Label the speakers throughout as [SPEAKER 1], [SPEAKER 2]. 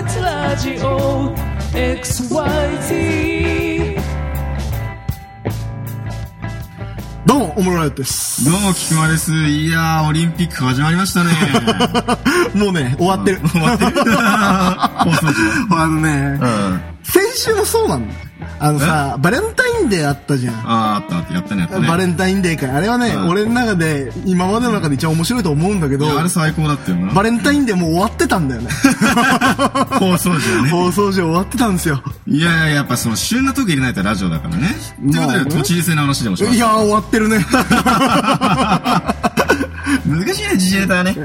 [SPEAKER 1] ジオ XYZ
[SPEAKER 2] どうも、オムライトです。
[SPEAKER 3] どうも、菊間です。いやー、オリンピック始まりましたね。
[SPEAKER 2] もう ね、終わってる。
[SPEAKER 3] 終わってる。放送時
[SPEAKER 2] あのね、
[SPEAKER 3] うん。あ
[SPEAKER 2] 先週もそうなんだよ。あのさ、バレンタインデーあったじゃん。
[SPEAKER 3] あー、あったあった、やったね、やったね。
[SPEAKER 2] バレンタインデー会。あれはね、
[SPEAKER 3] うん
[SPEAKER 2] 俺の中で、今までの中で一番面白いと思うんだけど
[SPEAKER 3] い、やあれ最高だったよな。
[SPEAKER 2] バレンタインデーもう終わってたんだ よね。
[SPEAKER 3] 放送時はね。
[SPEAKER 2] 放送上終わってたんですよ。
[SPEAKER 3] いやいや、やっぱその、旬な時入れないとラジオだからね。って
[SPEAKER 2] ま
[SPEAKER 3] こ
[SPEAKER 2] あ
[SPEAKER 3] と
[SPEAKER 2] ね
[SPEAKER 3] で、都知事選の話でもします。
[SPEAKER 2] いやー、終わってるね。
[SPEAKER 3] 難しいね、自治体はね。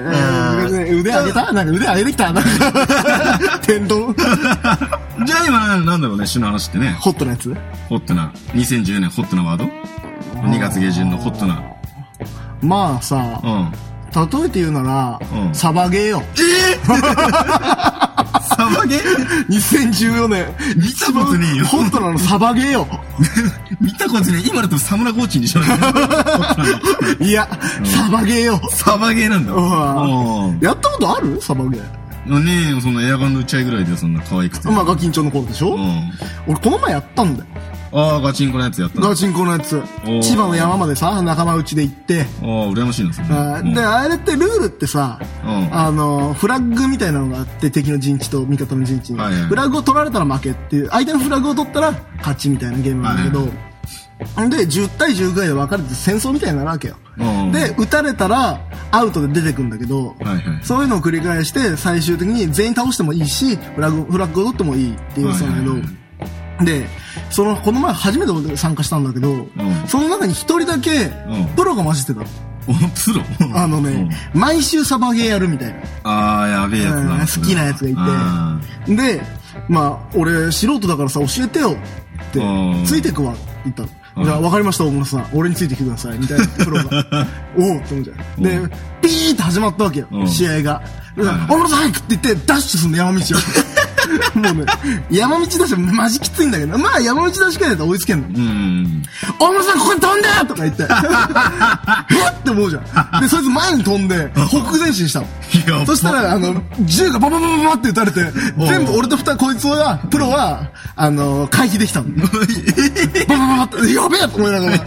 [SPEAKER 2] 腕上げたなんか腕上げて きたなんか、天丼
[SPEAKER 3] じゃあ今、なんだろうね、旬の話ってね。
[SPEAKER 2] ホットなやつ
[SPEAKER 3] ホットな、2010年ホットなワード ?2 月下旬のホットな。
[SPEAKER 2] まあさ
[SPEAKER 3] う、ん。
[SPEAKER 2] 例えて言うな
[SPEAKER 3] う
[SPEAKER 2] ら、
[SPEAKER 3] ん
[SPEAKER 2] サバゲーよ。
[SPEAKER 3] サバゲー
[SPEAKER 2] 2014年。
[SPEAKER 3] 見たことねえよ
[SPEAKER 2] ホットなのサバゲーよ。
[SPEAKER 3] 見たことねえ。今だとサムラゴーチンでしょ。
[SPEAKER 2] いや、サバゲーよ。
[SPEAKER 3] サバゲーなんだ。
[SPEAKER 2] うわ
[SPEAKER 3] うん
[SPEAKER 2] やったことあるサバゲー。
[SPEAKER 3] ねえよ、そのエアガンの打ち合いぐらいでそんな可愛くて。
[SPEAKER 2] まあ、ガキンチョの頃でしょ、
[SPEAKER 3] うん。あ
[SPEAKER 2] 俺、この前やったんだよ。
[SPEAKER 3] あー、ガチンコのやつやったの。あ
[SPEAKER 2] ガチンコのやつ。
[SPEAKER 3] ー
[SPEAKER 2] 千葉の山までさ、仲間内で行って。
[SPEAKER 3] あー、羨ましいな、それ。
[SPEAKER 2] あーで、
[SPEAKER 3] うん
[SPEAKER 2] あれってルールってさ、
[SPEAKER 3] うん
[SPEAKER 2] あの、フラッグみたいなのがあって、敵の陣地と味方の陣地に。
[SPEAKER 3] はいはい
[SPEAKER 2] フラッグを取られたら負けっていう、相手のフラッグを取ったら勝ちみたいなゲームなんだけど、
[SPEAKER 3] は
[SPEAKER 2] で、10対10ぐらいで分かれて戦争みたいになるわけよ。
[SPEAKER 3] うん
[SPEAKER 2] で、撃たれたらアウトで出てくんだけど、
[SPEAKER 3] はいはい
[SPEAKER 2] そういうのを繰り返して、最終的に全員倒してもいいし、フラッグ、フラッグを取ってもいいっていうやつなんだけど、
[SPEAKER 3] はいはい
[SPEAKER 2] で、その、この前初めて俺参加したんだけど、その中に一人だけ
[SPEAKER 3] ん、
[SPEAKER 2] プロが混じってたの。
[SPEAKER 3] お、プロ
[SPEAKER 2] あのね、毎週サバゲーやるみたいな。
[SPEAKER 3] ああ、やべえやつだな。
[SPEAKER 2] うん好きなやつがいて
[SPEAKER 3] あ
[SPEAKER 2] で、まあ、俺、素人だからさ、教えてよって
[SPEAKER 3] うん、
[SPEAKER 2] ついてくわって言ったの。
[SPEAKER 3] うん
[SPEAKER 2] じゃあ、わかりました、大村さん。俺についてきてください。みたい な、プロが。おおって思うじゃん。で
[SPEAKER 3] うん、
[SPEAKER 2] ピーって始まったわけよ
[SPEAKER 3] う、ん
[SPEAKER 2] 試合が。で
[SPEAKER 3] はい
[SPEAKER 2] 大村さん早くって言って、ダッシュすんの、山道を。もうね、山道ダッシュマジきついんだけど、まあ、山道ダッシュくらいだったら追いつけんの。
[SPEAKER 3] ーうん。
[SPEAKER 2] 大村さんここに飛んでとか言って、えって思うじゃん。で、そいつ前に飛んで、北前進した
[SPEAKER 3] や
[SPEAKER 2] の。
[SPEAKER 3] ば
[SPEAKER 2] そしたら、あの、銃がババババババって撃たれて、
[SPEAKER 3] おう
[SPEAKER 2] 全部俺と二こいつは、プロは、あの、回避できたの。ババババって、やべえと思いながら、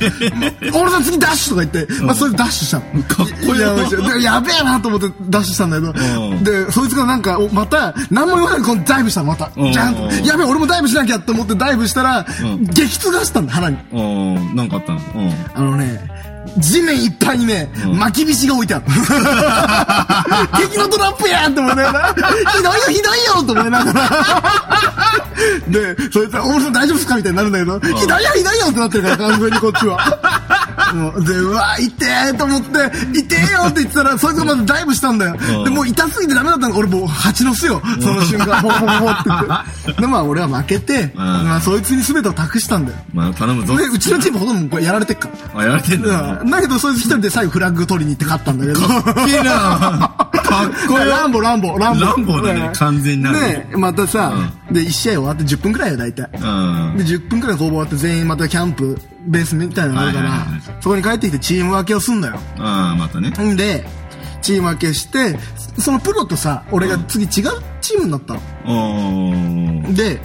[SPEAKER 2] 大村さん次ダッシュとか言って、まあ、それでダッシュしたの。
[SPEAKER 3] かっこいいな
[SPEAKER 2] やでやべえなと思ってダッシュしたんだ
[SPEAKER 3] うん
[SPEAKER 2] けど、で、そいつがなんか、おまた、何も言わないでこのダイブしたの、また。
[SPEAKER 3] うん
[SPEAKER 2] ジャンと。やべえ、俺もダイブしなきゃと思ってダイブしたら
[SPEAKER 3] うん、
[SPEAKER 2] 激痛がしたんだ、腹に。
[SPEAKER 3] うん。なんかあったのうん。
[SPEAKER 2] あのね、地面いっぱいにね、巻きびしが置いてある。 敵のトラップやんって思いながら、ひどいよひどいよと思いながら。で、そいつは、大森さん大丈夫ですかみたいになるんだけど、ひどいよひどいよってなってるから、完全にこっちは。もうで、うわ、痛えと思って、痛えよって言ってたら、そいつがまずダイブしたんだよ。
[SPEAKER 3] うん
[SPEAKER 2] で、もう痛すぎてダメだったの俺もう蜂の巣よ。その瞬 間、ほほほってって。で、まあ俺は負けて、まあそいつに全てを託したんだよ。
[SPEAKER 3] まあ、頼むぞ。
[SPEAKER 2] で、うちのチームほとんどこれやられてっから。
[SPEAKER 3] あ、やられてんだ。
[SPEAKER 2] うんだけど、そいつ一人で最後フラッグ取りに行って勝ったんだけど。
[SPEAKER 3] かっ けえなかっこよ
[SPEAKER 2] ランボ、ランボ、ランボ。
[SPEAKER 3] ランボだね
[SPEAKER 2] うん
[SPEAKER 3] 完全にランボ
[SPEAKER 2] で、またさ、で、1試合終わって10分くらいよ、大体。で、
[SPEAKER 3] うん。
[SPEAKER 2] 10分くらいの攻防終わって全員またキャンプ、ベースみたいなのあるから、
[SPEAKER 3] はいはい
[SPEAKER 2] そこに帰ってきてチーム分けをすんだよ。
[SPEAKER 3] ああ、またね。
[SPEAKER 2] んで、チーム分けして、そのプロとさ、俺が次違うチームになったの。
[SPEAKER 3] おー。
[SPEAKER 2] で、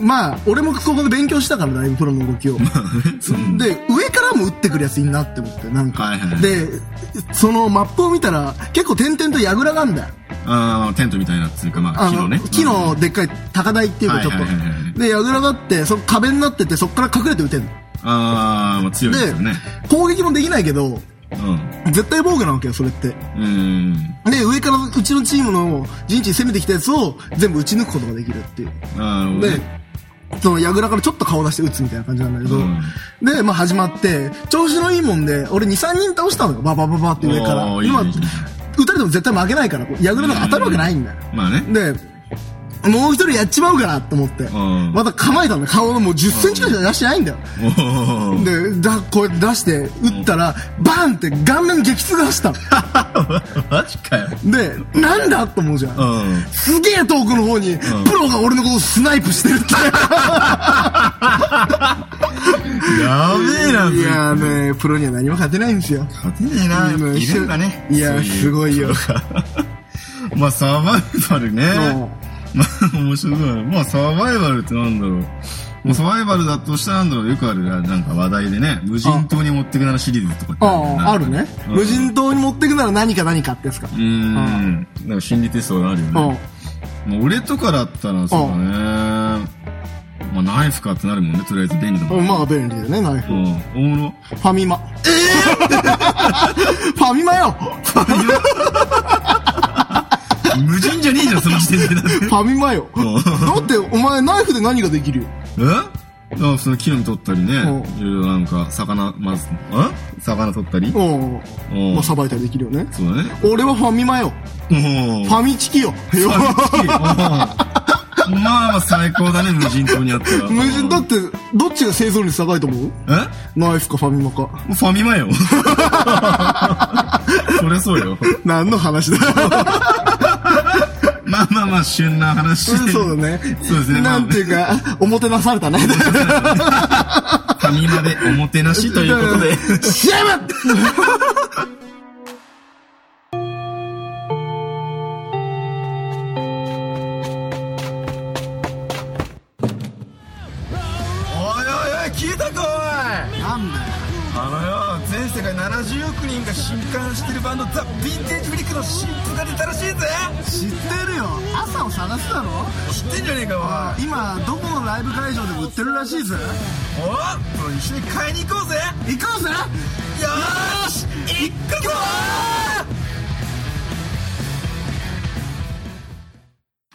[SPEAKER 2] まあ、俺もここで勉強したから、だいぶプロの動き を。で、上からも打ってくるやついいなって思って、なんか。
[SPEAKER 3] はいはい
[SPEAKER 2] で、そのマップを見たら、結構点々と櫓があんだよ。
[SPEAKER 3] ああ、テントみたいな、つうか、まあ、
[SPEAKER 2] あ
[SPEAKER 3] 木
[SPEAKER 2] の
[SPEAKER 3] のね。
[SPEAKER 2] 木のでっかい高台っていうか、ちょっ
[SPEAKER 3] はいはいはいは
[SPEAKER 2] と。で、櫓があって、そ壁になってて、そこから隠れて打てんの。
[SPEAKER 3] ああ、まあ強いですよね。
[SPEAKER 2] で、攻撃もできないけど、
[SPEAKER 3] うん。
[SPEAKER 2] 絶対防御なわけよ、それって。
[SPEAKER 3] うん。
[SPEAKER 2] で、上からうちのチームの陣地に攻めてきたやつを全部打ち抜くことができるっていう。
[SPEAKER 3] ああ、
[SPEAKER 2] で、その、櫓からちょっと顔出して打つみたいな感じなんだけど、
[SPEAKER 3] うん
[SPEAKER 2] で、まあ始まって、調子のいいもんで、俺2、3人倒したのよ、ババババって上から。
[SPEAKER 3] おーいいねいいね
[SPEAKER 2] 打たれても絶対負けないから、櫓なんか当たるわけないんだよ。
[SPEAKER 3] まあね。
[SPEAKER 2] で、もう一人やっちまうかなと思って、
[SPEAKER 3] ん
[SPEAKER 2] また構えたんだよ、顔のもう10センチくらいしか出してないんだよ。
[SPEAKER 3] おー
[SPEAKER 2] で、だ、こう出して、打ったら、バーンって顔面激痛がしたの。
[SPEAKER 3] マジかよ。
[SPEAKER 2] で、なんだと思うじゃん。
[SPEAKER 3] うん。
[SPEAKER 2] すげえ遠くの方に、プロが俺のことをスナイプしてるって。
[SPEAKER 3] やべえな、
[SPEAKER 2] いやーね、プロには何も勝てないんですよ。
[SPEAKER 3] 勝てねえな、やっぱいるんだね。
[SPEAKER 2] いや
[SPEAKER 3] そうう
[SPEAKER 2] すごいよ
[SPEAKER 3] プロがまあ、サバイバルね
[SPEAKER 2] そ。
[SPEAKER 3] まあ、面白くない。まあ、サバイバルってなんだろう。もうサバイバルだとしたらなんだろう。よくある、あなんか話題でね、無人島に持ってくならシリーズとかって
[SPEAKER 2] あ
[SPEAKER 3] るよ
[SPEAKER 2] あ、あるね。
[SPEAKER 3] うん
[SPEAKER 2] 無人島に持ってくなら何か何かってやつか。
[SPEAKER 3] うーん。なんか心理テストがあるよ
[SPEAKER 2] うん
[SPEAKER 3] ね。。まあ、俺とかだったらそうだね。まあ、ナイフかってなるもんね。とりあえず便利だもん。
[SPEAKER 2] うんまあ便利だよね、ナイフ。
[SPEAKER 3] うん。大物。
[SPEAKER 2] ファミマ。え えファミマよ
[SPEAKER 3] 無人じゃねえじゃん、その時点で。
[SPEAKER 2] ファミマよ。だって、お前ナイフで何ができるよ。
[SPEAKER 3] えあその木の実取ったりね
[SPEAKER 2] う、
[SPEAKER 3] いろいろなんか、魚、まず、え魚取ったり
[SPEAKER 2] うん。
[SPEAKER 3] うん
[SPEAKER 2] まあ、さばいたりできるよね。
[SPEAKER 3] そうだね。
[SPEAKER 2] 俺はファミマよ。
[SPEAKER 3] お お
[SPEAKER 2] ファミチキよ。
[SPEAKER 3] まあまあ最高だね、無人島にあったら。
[SPEAKER 2] 無人だって、どっちが生存率高いと思う
[SPEAKER 3] え
[SPEAKER 2] ナイフかファミマか。
[SPEAKER 3] ファミマ よ。そりゃそうよ。
[SPEAKER 2] 何の話だ
[SPEAKER 3] まあまあまあ、旬な話
[SPEAKER 2] うんそうだね。
[SPEAKER 3] そうですねまあ
[SPEAKER 2] なんていうか、おもてなされたね。
[SPEAKER 3] ファミマでおもてなしということで。
[SPEAKER 2] CM!
[SPEAKER 3] おいおいおい、聞いたかおい
[SPEAKER 2] なんだよ。
[SPEAKER 3] あのよ、全世界70億人が震撼してるバンド、ザ・ヴィンテージ・フリックの新譜が出たらしいぜ
[SPEAKER 2] 知ってるよ。朝を探すだろ
[SPEAKER 3] 知ってんじゃねえかお
[SPEAKER 2] 今、どこのライブ会場でも売ってるらしいぜ。
[SPEAKER 3] いおい一緒に買いに行こうぜ
[SPEAKER 2] 行こうぜ
[SPEAKER 3] よーし行くぞ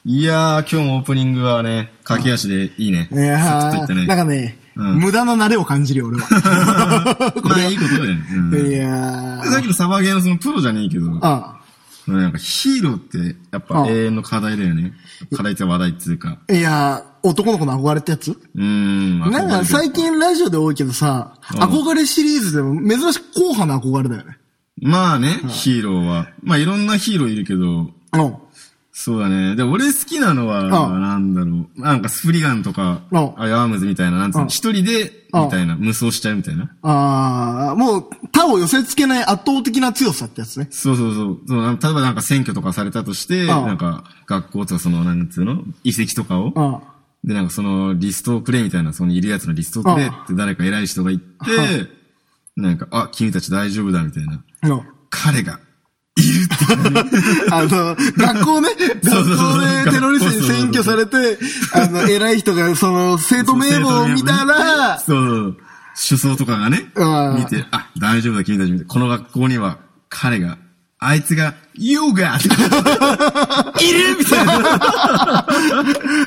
[SPEAKER 3] いやー、今日もオープニングはね、駆け足でいいね。
[SPEAKER 2] いや
[SPEAKER 3] サクッとい
[SPEAKER 2] ー、
[SPEAKER 3] った
[SPEAKER 2] なん
[SPEAKER 3] ね。
[SPEAKER 2] かね、
[SPEAKER 3] うん
[SPEAKER 2] 無駄な慣れを感じるよ、俺 は。
[SPEAKER 3] まあいいことだよね。うん
[SPEAKER 2] いや
[SPEAKER 3] さ
[SPEAKER 2] ー。
[SPEAKER 3] っきのサバゲーのそのプロじゃねえけど、
[SPEAKER 2] あ
[SPEAKER 3] なんかヒーローってやっ
[SPEAKER 2] う
[SPEAKER 3] ぱ
[SPEAKER 2] ん
[SPEAKER 3] 永遠の課題だよね。課題って話題っていうか。
[SPEAKER 2] いやー、男の子の憧れってやつ
[SPEAKER 3] うーん。まあ
[SPEAKER 2] なんか最近ラジオで多いけどさ、
[SPEAKER 3] ん
[SPEAKER 2] 憧れシリーズでも珍しく硬派な憧れだよね。
[SPEAKER 3] まあね、ヒーローは。まあいろんなヒーローいるけど、
[SPEAKER 2] うん。
[SPEAKER 3] そうだね。で、俺好きなのは、
[SPEAKER 2] ああ
[SPEAKER 3] なんだろう。なんかスプリガンとか、
[SPEAKER 2] ああ
[SPEAKER 3] アイアームズみたいな、なんつう
[SPEAKER 2] ああ
[SPEAKER 3] の、一人で、
[SPEAKER 2] ああ
[SPEAKER 3] みたいな、無双しちゃうみたいな。
[SPEAKER 2] あー、もう他を寄せ付けない圧倒的な強さってやつね。
[SPEAKER 3] そうそうそう。そうなん例えばなんか選挙とかされたとして、
[SPEAKER 2] ああ
[SPEAKER 3] なんか学校とかその、なんつうの、遺跡とかを、
[SPEAKER 2] うん。
[SPEAKER 3] で、なんかそのリストをくれみたいな、そのいるやつのリストをくれっ
[SPEAKER 2] ああ
[SPEAKER 3] て誰か偉い人が言って、なんか、あ、君たち大丈夫だみたいな。
[SPEAKER 2] うん。
[SPEAKER 3] 彼が、
[SPEAKER 2] あの、学校ね、
[SPEAKER 3] そう
[SPEAKER 2] 学
[SPEAKER 3] そうそう
[SPEAKER 2] 校でテロリストに選挙されて、あの、偉い人がその、生徒名簿を見たら、
[SPEAKER 3] そう、首相とかがね
[SPEAKER 2] ああ、
[SPEAKER 3] 見て、あ、大丈夫だ、君たち見て。この学校には、彼が、あいつが、ヨ ーガいるみたいな。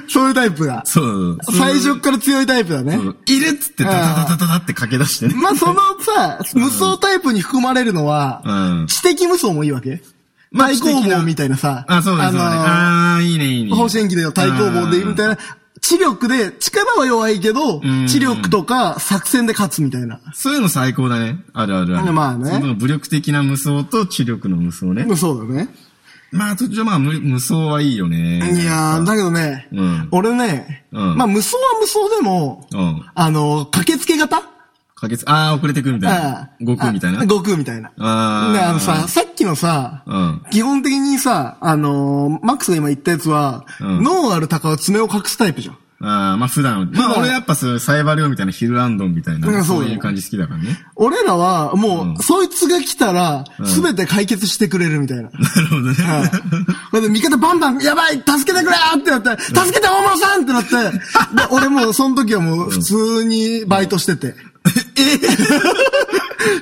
[SPEAKER 2] そういうタイプだ。
[SPEAKER 3] そう。
[SPEAKER 2] 最初から強いタイプだね
[SPEAKER 3] そ。ういるっつって、ダダダダダダって駆け出してね。
[SPEAKER 2] まあ、そのさ、無双タイプに含まれるの
[SPEAKER 3] う
[SPEAKER 2] は、
[SPEAKER 3] ん。
[SPEAKER 2] 知的無双もいいわけ
[SPEAKER 3] まあ
[SPEAKER 2] 対抗棒みたいなさ、
[SPEAKER 3] あ、そうです、そうです。
[SPEAKER 2] あ
[SPEAKER 3] ああ、いいね、いいね。
[SPEAKER 2] の、方針機での対抗棒でいいみたいな、知力で、力は弱いけど
[SPEAKER 3] ん、
[SPEAKER 2] 知力とか作戦で勝つみたいな。
[SPEAKER 3] そういうの最高だね。あるあるある。
[SPEAKER 2] まあね
[SPEAKER 3] その武力的な無双と知力の無双ね。
[SPEAKER 2] そうだね。
[SPEAKER 3] まあ、途中まあ、無無双はいいよね。
[SPEAKER 2] いやー、だけどね
[SPEAKER 3] うん、
[SPEAKER 2] 俺ね、
[SPEAKER 3] うん
[SPEAKER 2] まあ無双は無双でも
[SPEAKER 3] うん、
[SPEAKER 2] あの、駆けつけ型
[SPEAKER 3] 駆けつ、ああ、遅れてくみたいな。悟空みたいな。
[SPEAKER 2] あ悟空みたいな。
[SPEAKER 3] あー
[SPEAKER 2] で、あのさ、さっきのさ、
[SPEAKER 3] うん
[SPEAKER 2] 基本的にさ、あのーマックスが今言ったやつは、
[SPEAKER 3] うん
[SPEAKER 2] 脳ある鷹は爪を隠すタイプじゃん。
[SPEAKER 3] ああ、まあ普段。まあ俺やっぱそういうサイバリオみたいなヒルアンドンみたいうな、
[SPEAKER 2] んそう
[SPEAKER 3] そ
[SPEAKER 2] だ
[SPEAKER 3] う
[SPEAKER 2] ね
[SPEAKER 3] いう感じ好きだからね。
[SPEAKER 2] 俺らは、もう、
[SPEAKER 3] うん
[SPEAKER 2] そいつが来たら、すべて解決してくれるみたいな。
[SPEAKER 3] なるほどね。
[SPEAKER 2] うん。で、味方バンバン、やばい助けてくれーってなって、助けて大室さんってなって、で、俺もうその時はもう普通にバイトしてて。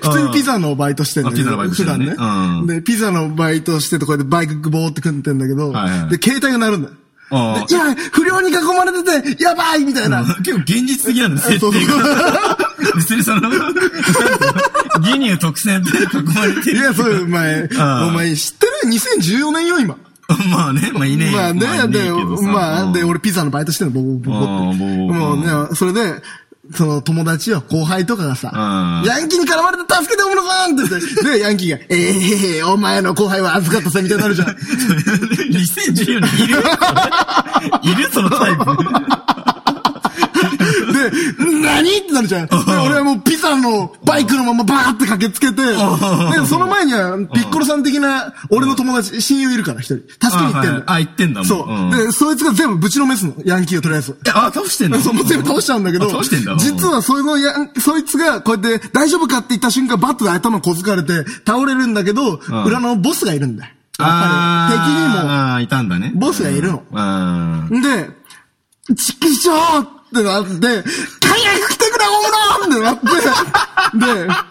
[SPEAKER 2] 普通にピザのバイトしてんだけ
[SPEAKER 3] あピザ
[SPEAKER 2] ど、
[SPEAKER 3] のバイト
[SPEAKER 2] 普
[SPEAKER 3] してる
[SPEAKER 2] 段ね、
[SPEAKER 3] ねうん
[SPEAKER 2] で、ピザのバイトしてて、こうやってバイクボーって組んでんだけど、
[SPEAKER 3] はいはい
[SPEAKER 2] で、携帯が鳴るんだよ。
[SPEAKER 3] あ
[SPEAKER 2] で今、不良に囲まれてて、やばいみたいな。
[SPEAKER 3] あ。結構現実的なんだ、設
[SPEAKER 2] そう
[SPEAKER 3] 定が。別にその、ギニュー特選で囲まれて
[SPEAKER 2] い
[SPEAKER 3] る。
[SPEAKER 2] や、そういう、お前、
[SPEAKER 3] あー
[SPEAKER 2] お前知ってる ?2014 年よ、今。
[SPEAKER 3] まあね、まあいねえよ。
[SPEAKER 2] まあね、
[SPEAKER 3] いねえ
[SPEAKER 2] で、
[SPEAKER 3] けどさ
[SPEAKER 2] まあ、
[SPEAKER 3] うん
[SPEAKER 2] で、俺ピザのバイトしてんの、ボコボコ
[SPEAKER 3] あ
[SPEAKER 2] っ
[SPEAKER 3] ー
[SPEAKER 2] て。
[SPEAKER 3] ボコボコ
[SPEAKER 2] もうね、それで、その友達よ、後輩とかがさ
[SPEAKER 3] あ、ー
[SPEAKER 2] ヤンキーに絡まれて助けておもろさんって言って、 で、ヤンキーが、ええお前の後輩は預かったさ、みたいになるじゃん。
[SPEAKER 3] 2014年いるいるそのタイプ。
[SPEAKER 2] で、何ってなるじゃん。で、俺はもうピザのバイクのままバーって駆けつけて、で、その前には、ピッコロさん的な、俺の友達、親友いるから、一人。助けに行ってんの。
[SPEAKER 3] あ、言ってんだもん。
[SPEAKER 2] そう。
[SPEAKER 3] ん
[SPEAKER 2] で、そいつが全部ぶちのめすの。ヤンキーをとりあえず。
[SPEAKER 3] えあ、倒してんだ。
[SPEAKER 2] そう、もう全部倒しちゃうんだけど
[SPEAKER 3] あ、倒してんだ。
[SPEAKER 2] 実はそのやん、そいつがこうやって大丈夫かって言った瞬間バットで頭小づかれて倒れるんだけど、
[SPEAKER 3] ん
[SPEAKER 2] 裏のボスがいるんだよ。やっ
[SPEAKER 3] あ
[SPEAKER 2] ぱり、敵にも、
[SPEAKER 3] ああ、いたんだね。
[SPEAKER 2] ボスがいるの
[SPEAKER 3] あ
[SPEAKER 2] で、ちきしょうってなって、早く来てくれ、オーロンってなっ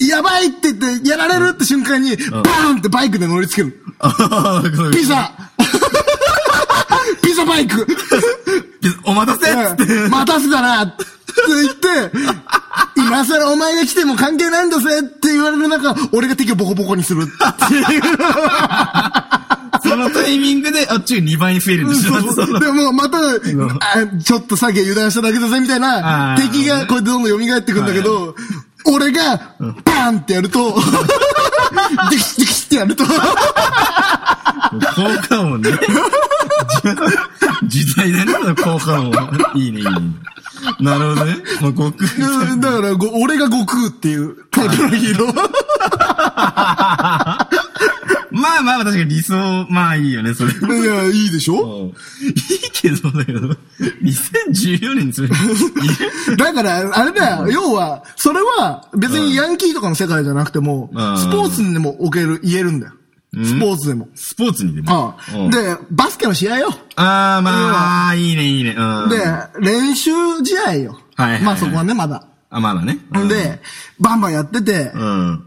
[SPEAKER 2] て、で、やばいって言って、やられるって瞬間に、バーンってバイクで乗りつける。
[SPEAKER 3] あ。
[SPEAKER 2] ピ ザピザバイク
[SPEAKER 3] お待たせっつって。
[SPEAKER 2] うん待たせたなって言って、今更お前が来ても関係ないんだぜって言われる中、俺が敵をボコボコにするっていう。
[SPEAKER 3] そのタイミングで、あっちが2倍に増えるんでしょ。
[SPEAKER 2] そうそうでも、また、あちょっとさっき油断しただけだぜ、みたいな
[SPEAKER 3] あ、ー
[SPEAKER 2] 敵がこうやってどんどん蘇ってくんだけど、俺が、バーンってやると、デキシデキシってやると、
[SPEAKER 3] 効果音ね。時代だね、その効果音。いいね、いいね。なるほどね。もう悟空みたいな
[SPEAKER 2] だからご、俺が悟空っていうタイプのヒーロー。
[SPEAKER 3] まあまあ、確かに理想、まあいいよね、それ。い
[SPEAKER 2] いや、いいでしょ
[SPEAKER 3] いけど、だけど、2014年にそれ。
[SPEAKER 2] だから、あれだよ、要は、それは別にヤンキーとかの世界じゃなくても、
[SPEAKER 3] うん
[SPEAKER 2] スポーツにでも置ける、言えるんだよ。スポーツでも。
[SPEAKER 3] スポーツにで
[SPEAKER 2] あ。
[SPEAKER 3] もうん
[SPEAKER 2] あで、バスケの試合よ。
[SPEAKER 3] あー、まあ、いいね、いいね。うん。
[SPEAKER 2] で、練習試合よ。
[SPEAKER 3] はいはいはい
[SPEAKER 2] まあそこはね、まだ。
[SPEAKER 3] あ、まだね。うん、
[SPEAKER 2] で、バンバンやってて、
[SPEAKER 3] うん。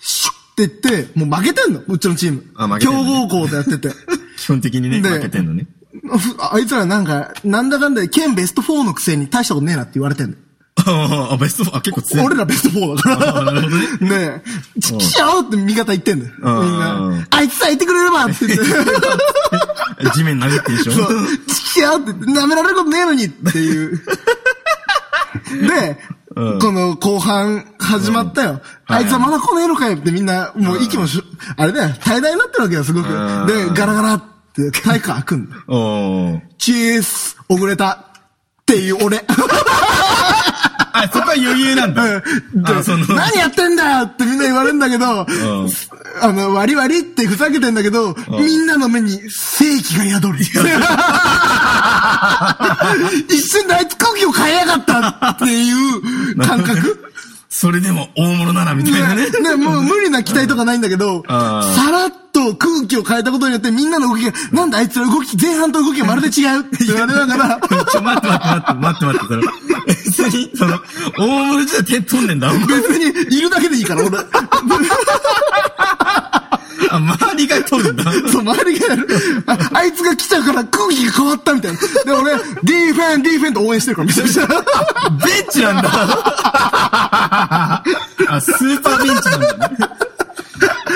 [SPEAKER 2] シュッて言って、もう負けてんの、うちのチーム。
[SPEAKER 3] あ負けてんのね
[SPEAKER 2] 強豪校とや ってて。
[SPEAKER 3] 基本的にね、
[SPEAKER 2] で
[SPEAKER 3] 負けてんのね。
[SPEAKER 2] ふあいつらなんか、なんだかんだで、県ベスト4のくせに大したことねえなって言われてんの。
[SPEAKER 3] あ、ベストフォー、あ、結構強い。
[SPEAKER 2] 俺らベスト4だか
[SPEAKER 3] あなる
[SPEAKER 2] ら。
[SPEAKER 3] ほど
[SPEAKER 2] ねえ、ちっちゃおうって味方言ってんだよ。みん
[SPEAKER 3] ん
[SPEAKER 2] な。あいつさえいてくれればって 言って。
[SPEAKER 3] 地面殴ってんでしょ
[SPEAKER 2] そう、ちき合うって、舐められることねえのにって いう。で、
[SPEAKER 3] うん
[SPEAKER 2] この後半始まったよ。あいつはまだ来ねえのかよってみんな、もう息もしょ、あれだよ、大大になってるわけよ、すごく。で
[SPEAKER 3] ん、
[SPEAKER 2] ガラガラって、体育館開くんだ。
[SPEAKER 3] おー。
[SPEAKER 2] チース、遅れた。っていう俺。
[SPEAKER 3] あ、そこは余裕なんだ。 あ、その、
[SPEAKER 2] 何やってんだよってみんな言われるんだけど、
[SPEAKER 3] うん
[SPEAKER 2] あの、割り割りってふざけてんだけど、みんなの目に正気が宿る。 一瞬であいつ空気を変えやがったっていう感覚。
[SPEAKER 3] それでも大物ならみたいな ね。
[SPEAKER 2] ね、もう無理な期待とかないんだけど、
[SPEAKER 3] あー
[SPEAKER 2] さらっと空気を変えたことによってみんなの動きが、なんだあいつら動き、前半と動きがまるで違うって言われながら、
[SPEAKER 3] ちょ、待って待って待って待って待って、その、別に、その、大物じゃ手取んねんだ。
[SPEAKER 2] 別にいるだけでいいから、俺。
[SPEAKER 3] あ、周りが取るんだ。
[SPEAKER 2] そう、周りがやる。ああいつが来たから空気が変わったみたいな。で、俺、ディーフェン、ディーフェンと応援してるから、めちゃくちゃ。
[SPEAKER 3] ベンチなんだ。 あ、スーパーベンチなんだね。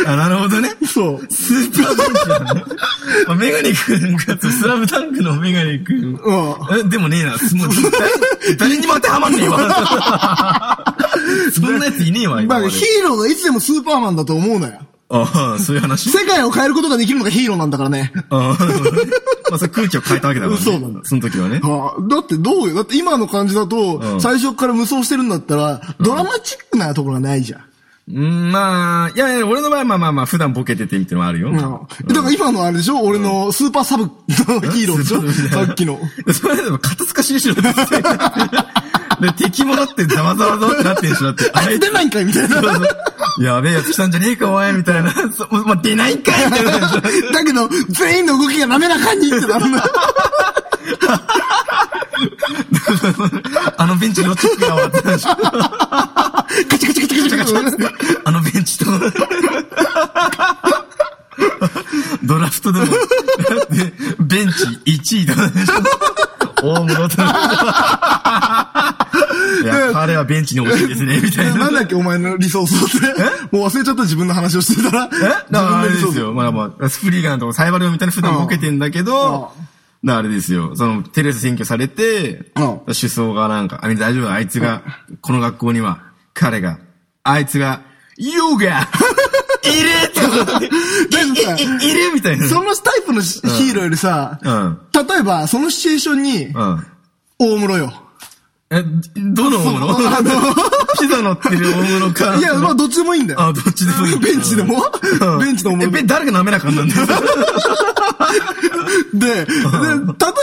[SPEAKER 3] あ、なるほどね。
[SPEAKER 2] そう。
[SPEAKER 3] スーパーベンチなんだね。まあ、メガネ君が、スラムダンクのメガネ君。
[SPEAKER 2] う
[SPEAKER 3] え、でもねえな。もう、誰誰にも当てはまん ねえわ。そんなやついねえわ、今
[SPEAKER 2] ま
[SPEAKER 3] まで
[SPEAKER 2] あ、ヒーローがいつでもスーパーマンだと思うなよ。
[SPEAKER 3] ああ、そういう話
[SPEAKER 2] 世界を変えることができるのがヒーローなんだからね。
[SPEAKER 3] ああ、なるほどねまあ、それ空気を変えたわけだからね。
[SPEAKER 2] そうなんだ
[SPEAKER 3] その時はね。
[SPEAKER 2] はあ、だってどうよだって今の感じだと、
[SPEAKER 3] うん
[SPEAKER 2] 最初から無双してるんだったら、ドラマチックなところがないじゃん。
[SPEAKER 3] うん、まあ、いやいや、俺の場合はまあまあまあ、普段ボケててみてもあるよ。
[SPEAKER 2] うんだから今のあれでしょ俺のスーパーサブのヒーローでし ょさっきの。
[SPEAKER 3] それでも、肩透かしにしろって言って。で、敵もだってざわざわざわってなってんでしょだって。あ
[SPEAKER 2] あ
[SPEAKER 3] れ
[SPEAKER 2] いつ出ないんかいみたい な。
[SPEAKER 3] そうそうやべえやつ来たんじゃねえか、お前、みたいな。そうまあ、出ないんかいみたいな。
[SPEAKER 2] だけど、全員の動きが滑らかにってなるんだ。
[SPEAKER 3] あのベンチのチックが終わってたでしょ。
[SPEAKER 2] カチャカチャカチャカチャカチャ。
[SPEAKER 3] あのベンチと。ドラフトでも、でベンチ1位だったでしょ。大物だ。いや、彼はベンチに惜しいですね、みたいな
[SPEAKER 2] な。んだっけ、お前の理想想って。もう忘れちゃった自分の話をしてたら。
[SPEAKER 3] えだからあれで
[SPEAKER 2] 自分の理想
[SPEAKER 3] すよ。まあまあ、スプリガンとかサイバルみたいな普段ボケてんだけ
[SPEAKER 2] うん
[SPEAKER 3] ど、だからあれですよ。その、テレス選挙されて、
[SPEAKER 2] うん
[SPEAKER 3] 首相がなんか、あ、大丈夫あいつが、この学校には、彼が、あいつが、ヨガ いる
[SPEAKER 2] だ から
[SPEAKER 3] っていいいるみたいな。
[SPEAKER 2] そのタイプのヒヒーローよりさ、
[SPEAKER 3] うん
[SPEAKER 2] 例えば、そのシチュエーションに、
[SPEAKER 3] うん。
[SPEAKER 2] 大室よ。
[SPEAKER 3] ええ、どの大物
[SPEAKER 2] あの、
[SPEAKER 3] ピザ乗ってる大物か。
[SPEAKER 2] いや、まあ、どっちでもいいんだよ。
[SPEAKER 3] あ、どっちでもいい。
[SPEAKER 2] ベンチでも
[SPEAKER 3] うん
[SPEAKER 2] ベンチの大
[SPEAKER 3] え、
[SPEAKER 2] 物。で、
[SPEAKER 3] ベン誰が滑らかになるんだ よ。
[SPEAKER 2] で、例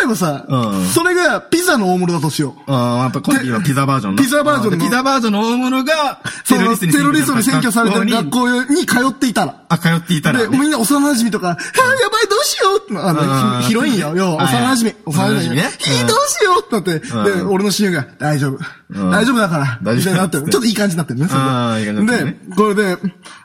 [SPEAKER 2] えばさ
[SPEAKER 3] うん、
[SPEAKER 2] それがピザの大物だとしよう。
[SPEAKER 3] ああ、やっぱコンビはピザバージョンの
[SPEAKER 2] ピザバージョンの
[SPEAKER 3] あでピザバージョンの大物が、
[SPEAKER 2] そのテロリストに占拠されてる学
[SPEAKER 3] 学校に。
[SPEAKER 2] 校に通っていたら。
[SPEAKER 3] あ、通っていたら
[SPEAKER 2] で、
[SPEAKER 3] ね。
[SPEAKER 2] みんな幼馴染とか、はぁ、やばい、どうしようって、あ
[SPEAKER 3] あ
[SPEAKER 2] の、
[SPEAKER 3] ー
[SPEAKER 2] ひヒロインよ、よう、
[SPEAKER 3] はい
[SPEAKER 2] 幼馴染、
[SPEAKER 3] 幼馴染ね
[SPEAKER 2] ひどうしようってなって、で、
[SPEAKER 3] うん
[SPEAKER 2] 俺の親友が、大丈夫。
[SPEAKER 3] うん
[SPEAKER 2] 大丈夫だから。
[SPEAKER 3] 大丈夫
[SPEAKER 2] みたいになってる。ちょっといい感じになってるね、それで
[SPEAKER 3] あーいい感じになってるね
[SPEAKER 2] で、これで、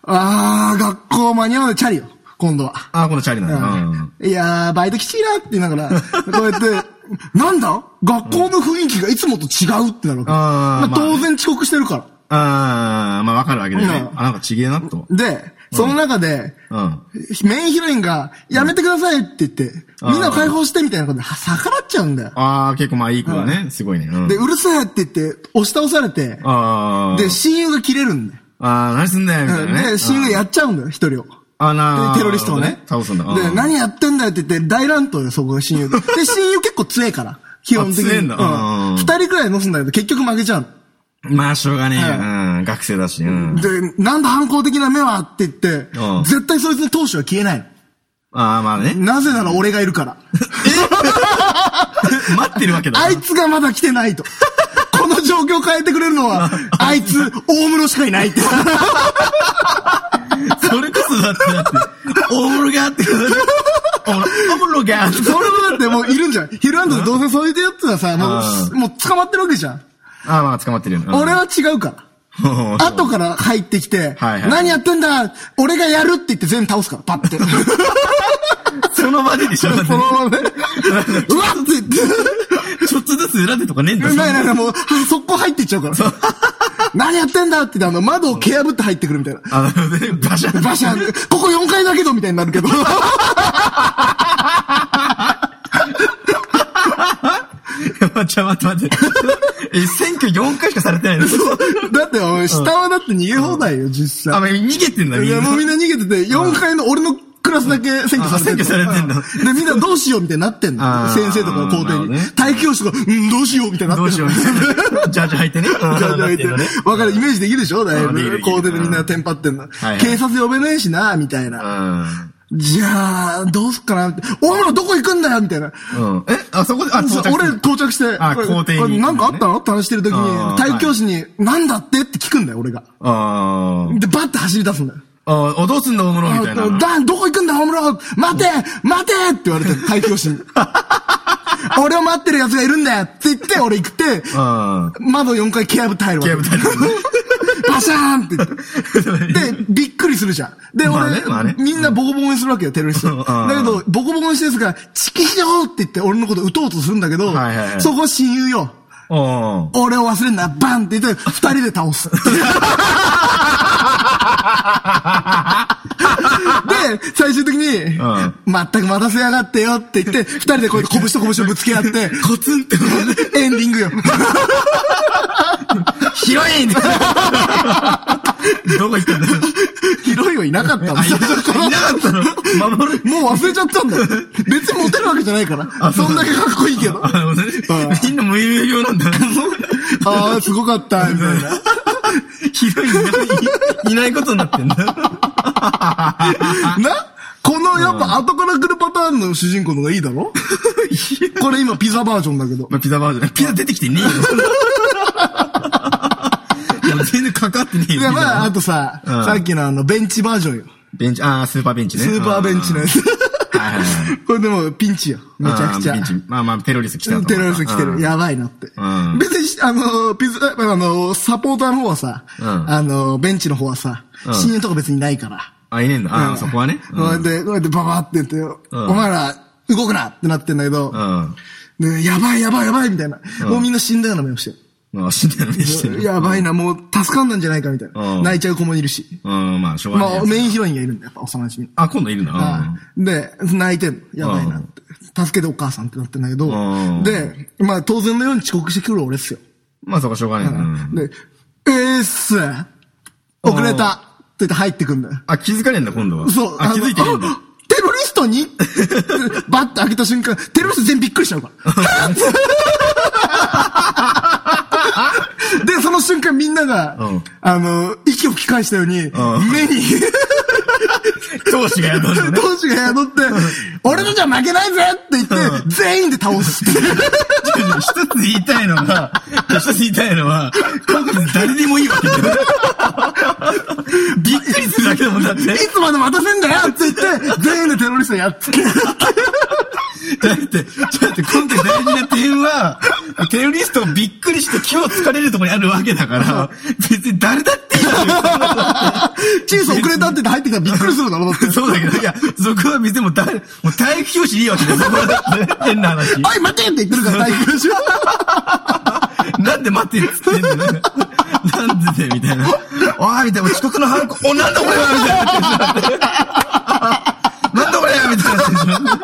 [SPEAKER 2] あー、学校間に合わないチャリよ、今度は。
[SPEAKER 3] あ、このチャリなんだ。うん
[SPEAKER 2] いやー、バイトきちいなって言いな がら、こうやって、なんだ学校の雰囲気がいつもと違うってなるわけ。
[SPEAKER 3] あー
[SPEAKER 2] まあ
[SPEAKER 3] まあね
[SPEAKER 2] 当然遅刻してるから。
[SPEAKER 3] ああ、まあわかるわけだよね
[SPEAKER 2] う。ん
[SPEAKER 3] あ、なんかちげえなと。
[SPEAKER 2] で、その中で、
[SPEAKER 3] うん。
[SPEAKER 2] メインヒロインが、やめてくださいって言って、みんなを解放してみたいなことで、は逆らっちゃうんだよ。
[SPEAKER 3] ああ、結構まあいい子だね。すごいね。うん
[SPEAKER 2] で、うるさいって言って、押し倒されて、
[SPEAKER 3] ああ。
[SPEAKER 2] で、親友が切れるんだよ。
[SPEAKER 3] ああ、何すんだよ、みたいなね。
[SPEAKER 2] で、親友がやっちゃうんだよ、一人を。
[SPEAKER 3] あーなー
[SPEAKER 2] でテロリストをね。
[SPEAKER 3] 倒すんだ。
[SPEAKER 2] で、何やってんだよって言って、大乱闘よ、そこが親友 で。で、親友結構強いから、基本的
[SPEAKER 3] あ強い
[SPEAKER 2] に。
[SPEAKER 3] んだうん
[SPEAKER 2] 二人くらい乗すんだけど、結局負けちゃうの。
[SPEAKER 3] まあ、しょうがねえよ。
[SPEAKER 2] う
[SPEAKER 3] うん。学生だし。うん。
[SPEAKER 2] で、なんだ反抗的な目はって言って
[SPEAKER 3] うん、
[SPEAKER 2] 絶対そいつの闘志は消えないの。
[SPEAKER 3] ああ、まあね。
[SPEAKER 2] なぜなら俺がいるから。
[SPEAKER 3] 待ってるわけだ。
[SPEAKER 2] あいつがまだ来てないと。この状況を変えてくれるの は、あいつ、大室しかいないって。
[SPEAKER 3] それこそだって、だって、大物があって、大物があって。
[SPEAKER 2] それもだってもういるんじゃん。ヒルアンドでどうせそういうやつはさ、もう、もう捕まってるわけじゃん。
[SPEAKER 3] ああ、まあ、捕まってるよね。うん
[SPEAKER 2] 俺は違うから。後から入ってきて、
[SPEAKER 3] はいはい
[SPEAKER 2] 何やってんだ俺がやるって言って全員倒すから、パ ッて。
[SPEAKER 3] その場ででしょだって
[SPEAKER 2] そのまま ね。うわっって言って。
[SPEAKER 3] ちょっとずつ裏でとかねえんだ
[SPEAKER 2] ない
[SPEAKER 3] よ。
[SPEAKER 2] ないない、もう、はい速攻入っていっちゃう から。何やってんだって言って、あの、窓を蹴破って入ってくるみたいな。
[SPEAKER 3] あのね、バシャン。
[SPEAKER 2] バシャン、ここ4階だけどみたいになるけど。
[SPEAKER 3] ちょ、待って待って。え、選挙4回しかされてないの
[SPEAKER 2] だって、お前、下はだって逃げ放題よ、実際。
[SPEAKER 3] あ、まあ、逃げてんだ、み
[SPEAKER 2] い
[SPEAKER 3] ん
[SPEAKER 2] や、もう
[SPEAKER 3] な。
[SPEAKER 2] みんな逃げてて、4階の俺のクラスだけ選挙されてんの。
[SPEAKER 3] あ選挙されてんの
[SPEAKER 2] で、みんなどうしようみたいになってんの
[SPEAKER 3] あ。ー
[SPEAKER 2] 先生とかの校庭に
[SPEAKER 3] なるほどね。
[SPEAKER 2] 体育教師とか、うん、どうしようみたいになって
[SPEAKER 3] ど
[SPEAKER 2] ん
[SPEAKER 3] う
[SPEAKER 2] の
[SPEAKER 3] しよう、みた いな。ジャージ履いてね。ジャ
[SPEAKER 2] じゃあじゃあ言ってわかる、イメージできるでしょだい
[SPEAKER 3] うんできる
[SPEAKER 2] ぶ。
[SPEAKER 3] できる
[SPEAKER 2] 校庭でみんなテンパってんの
[SPEAKER 3] はいは。い
[SPEAKER 2] 警察呼べないしな、みたいな。
[SPEAKER 3] う
[SPEAKER 2] じゃあ、どうすっかなって。おいらどこ行くんだよみたいな。
[SPEAKER 3] ん。うん。え、あそこで、あ、
[SPEAKER 2] そう
[SPEAKER 3] 到着
[SPEAKER 2] 俺到着して、
[SPEAKER 3] あ
[SPEAKER 2] これ
[SPEAKER 3] 校庭に
[SPEAKER 2] これなんかあったのって話してる時
[SPEAKER 3] あ
[SPEAKER 2] に、
[SPEAKER 3] ー
[SPEAKER 2] 体育教師に、なんだってって聞くんだよ、俺が。
[SPEAKER 3] あー
[SPEAKER 2] で、バッて走り出すんだよ。
[SPEAKER 3] あー、お、どうすんだ、大物みたいな。
[SPEAKER 2] あダン、どこ行くんだ、ホームロン待て待てって言われて、体育教 師に。俺を待ってる奴がいるんだよって言って、俺行って、
[SPEAKER 3] あ
[SPEAKER 2] 窓4回ケアブ耐えるわけ。
[SPEAKER 3] 蹴破耐 えるのね
[SPEAKER 2] バシャーンって言って。
[SPEAKER 3] ー。
[SPEAKER 2] で、びっくりするじゃん。で、
[SPEAKER 3] まあね
[SPEAKER 2] 俺、
[SPEAKER 3] まあね
[SPEAKER 2] みんなボコボコにするわけよ、テロリス
[SPEAKER 3] う
[SPEAKER 2] ト。
[SPEAKER 3] ん
[SPEAKER 2] だけど、ボコボコにしてるやつが、チキしようって言って俺のこと撃とうとするんだけど、
[SPEAKER 3] はいはいはい
[SPEAKER 2] そこ親友よ。
[SPEAKER 3] おー
[SPEAKER 2] 俺を忘れんな、バンって言って、二人で倒す。で、最終的に、
[SPEAKER 3] ん
[SPEAKER 2] 全く待たせやがってよって言って、二人でこうやって拳と拳をぶつけ合って、
[SPEAKER 3] コツンって。
[SPEAKER 2] エンディングよ。
[SPEAKER 3] ヒロインどこ行ったんだよ。
[SPEAKER 2] ヒロインはいなかったの
[SPEAKER 3] あ、いなかったいなかったの守る。
[SPEAKER 2] もう忘れちゃったんだよ。別にモテるわけじゃないから。そんだけかっこいいけど。
[SPEAKER 3] あのね
[SPEAKER 2] うん、
[SPEAKER 3] みんな無有病なんだ。
[SPEAKER 2] ああ、すごかった、みた いな。
[SPEAKER 3] ヒロインいないいないことになってんだ。
[SPEAKER 2] なこのやっぱ後から来るパターンの主人公の方がいいだ ろこれ今ピザバージョンだけど。
[SPEAKER 3] まあ、ピザバージョン。ピザ出てきてねえよ。でも全然かかってねえよ。
[SPEAKER 2] で、
[SPEAKER 3] ピザ
[SPEAKER 2] まあ、あとさ、
[SPEAKER 3] うん
[SPEAKER 2] さっきのあの、ベンチバージョンよ。
[SPEAKER 3] ベンチ、ああ、スーパーベンチね。
[SPEAKER 2] スーパーベンチのやつ。
[SPEAKER 3] うん。はいはいはい。
[SPEAKER 2] これでもピンチよ。めちゃくちゃ
[SPEAKER 3] あー。ベンチまあまあ、テロリスト来たと。
[SPEAKER 2] テロリスト来て
[SPEAKER 3] う
[SPEAKER 2] る。
[SPEAKER 3] ん。
[SPEAKER 2] やばいなって
[SPEAKER 3] うん。
[SPEAKER 2] 別に、あの、ピザ、あの、サポーターの方はさ、
[SPEAKER 3] うん
[SPEAKER 2] あの、ベンチの方はさ、
[SPEAKER 3] うん
[SPEAKER 2] 親友とか別にないから。
[SPEAKER 3] あ、いねえんだ。あ
[SPEAKER 2] う
[SPEAKER 3] あ、
[SPEAKER 2] ん
[SPEAKER 3] そこはね。うん
[SPEAKER 2] こうやって、こうやってババって言って、
[SPEAKER 3] ん
[SPEAKER 2] お前ら動くなってなってんだけど、
[SPEAKER 3] うん。
[SPEAKER 2] ねやばいやばいやばいみたいな。もうみんな死んだような目をして
[SPEAKER 3] まあ、死んだよね、して
[SPEAKER 2] る。
[SPEAKER 3] る。
[SPEAKER 2] やばいな、もう助かんなんじゃないかみたいな。
[SPEAKER 3] うん
[SPEAKER 2] 泣いちゃう子もいるし。
[SPEAKER 3] うん、まあ、しょうが
[SPEAKER 2] ま
[SPEAKER 3] ない
[SPEAKER 2] あ、
[SPEAKER 3] やつ。
[SPEAKER 2] メインヒロインがいるんだよ、やっぱ幼馴染。
[SPEAKER 3] あ、今度いるな。うん
[SPEAKER 2] で、泣いてんの。やばいなって。助けてお母さんってなってんだけど
[SPEAKER 3] うん、
[SPEAKER 2] で、まあ当然のように遅刻してくる俺っすよ。
[SPEAKER 3] まあ、そこはしょうがないな。うん
[SPEAKER 2] で、えーっす、遅れたって言って入ってくんだよ。
[SPEAKER 3] あ、気づかねえんだ、今度は。
[SPEAKER 2] そう。
[SPEAKER 3] あ、
[SPEAKER 2] の
[SPEAKER 3] 気づいてねえんだ
[SPEAKER 2] あ。テロリストにバッて開けた瞬間、テロリスト全員びっくりしちゃうから。 で、その瞬間みんなが、
[SPEAKER 3] うん
[SPEAKER 2] あの、息を吹き返したように、
[SPEAKER 3] ん
[SPEAKER 2] 目に、
[SPEAKER 3] 投手がやったんですよね。
[SPEAKER 2] 投手が宿って、俺のじゃ負けないぜって言って、全員で倒すって いう。
[SPEAKER 3] 一つ言いたいのは、一つ言いたいのは、韓国人誰でもいいわけじゃない。びっくりするだけだもんだって。
[SPEAKER 2] いつまで待たせんだよって言って、全員でテロリストやっつける。
[SPEAKER 3] だって、だって今回大事な点は、テロリストをびっくりして今日疲れるところにあるわけだから、別に誰だっていいわけ
[SPEAKER 2] チーズ遅れたって言って入ってきたらびっくりするだろうって。
[SPEAKER 3] そうだけど、いや、そこは別にもう誰、もう体育教師いいわけだよ、そこはだって。変な話。
[SPEAKER 2] おい待てって言ってるから大工師 は。
[SPEAKER 3] なんで待ってるっつってんのなんででみたいな。おい、みたいな。遅刻のハンコ、お、なんだこれはみたいな。なんだこれはみたいなな。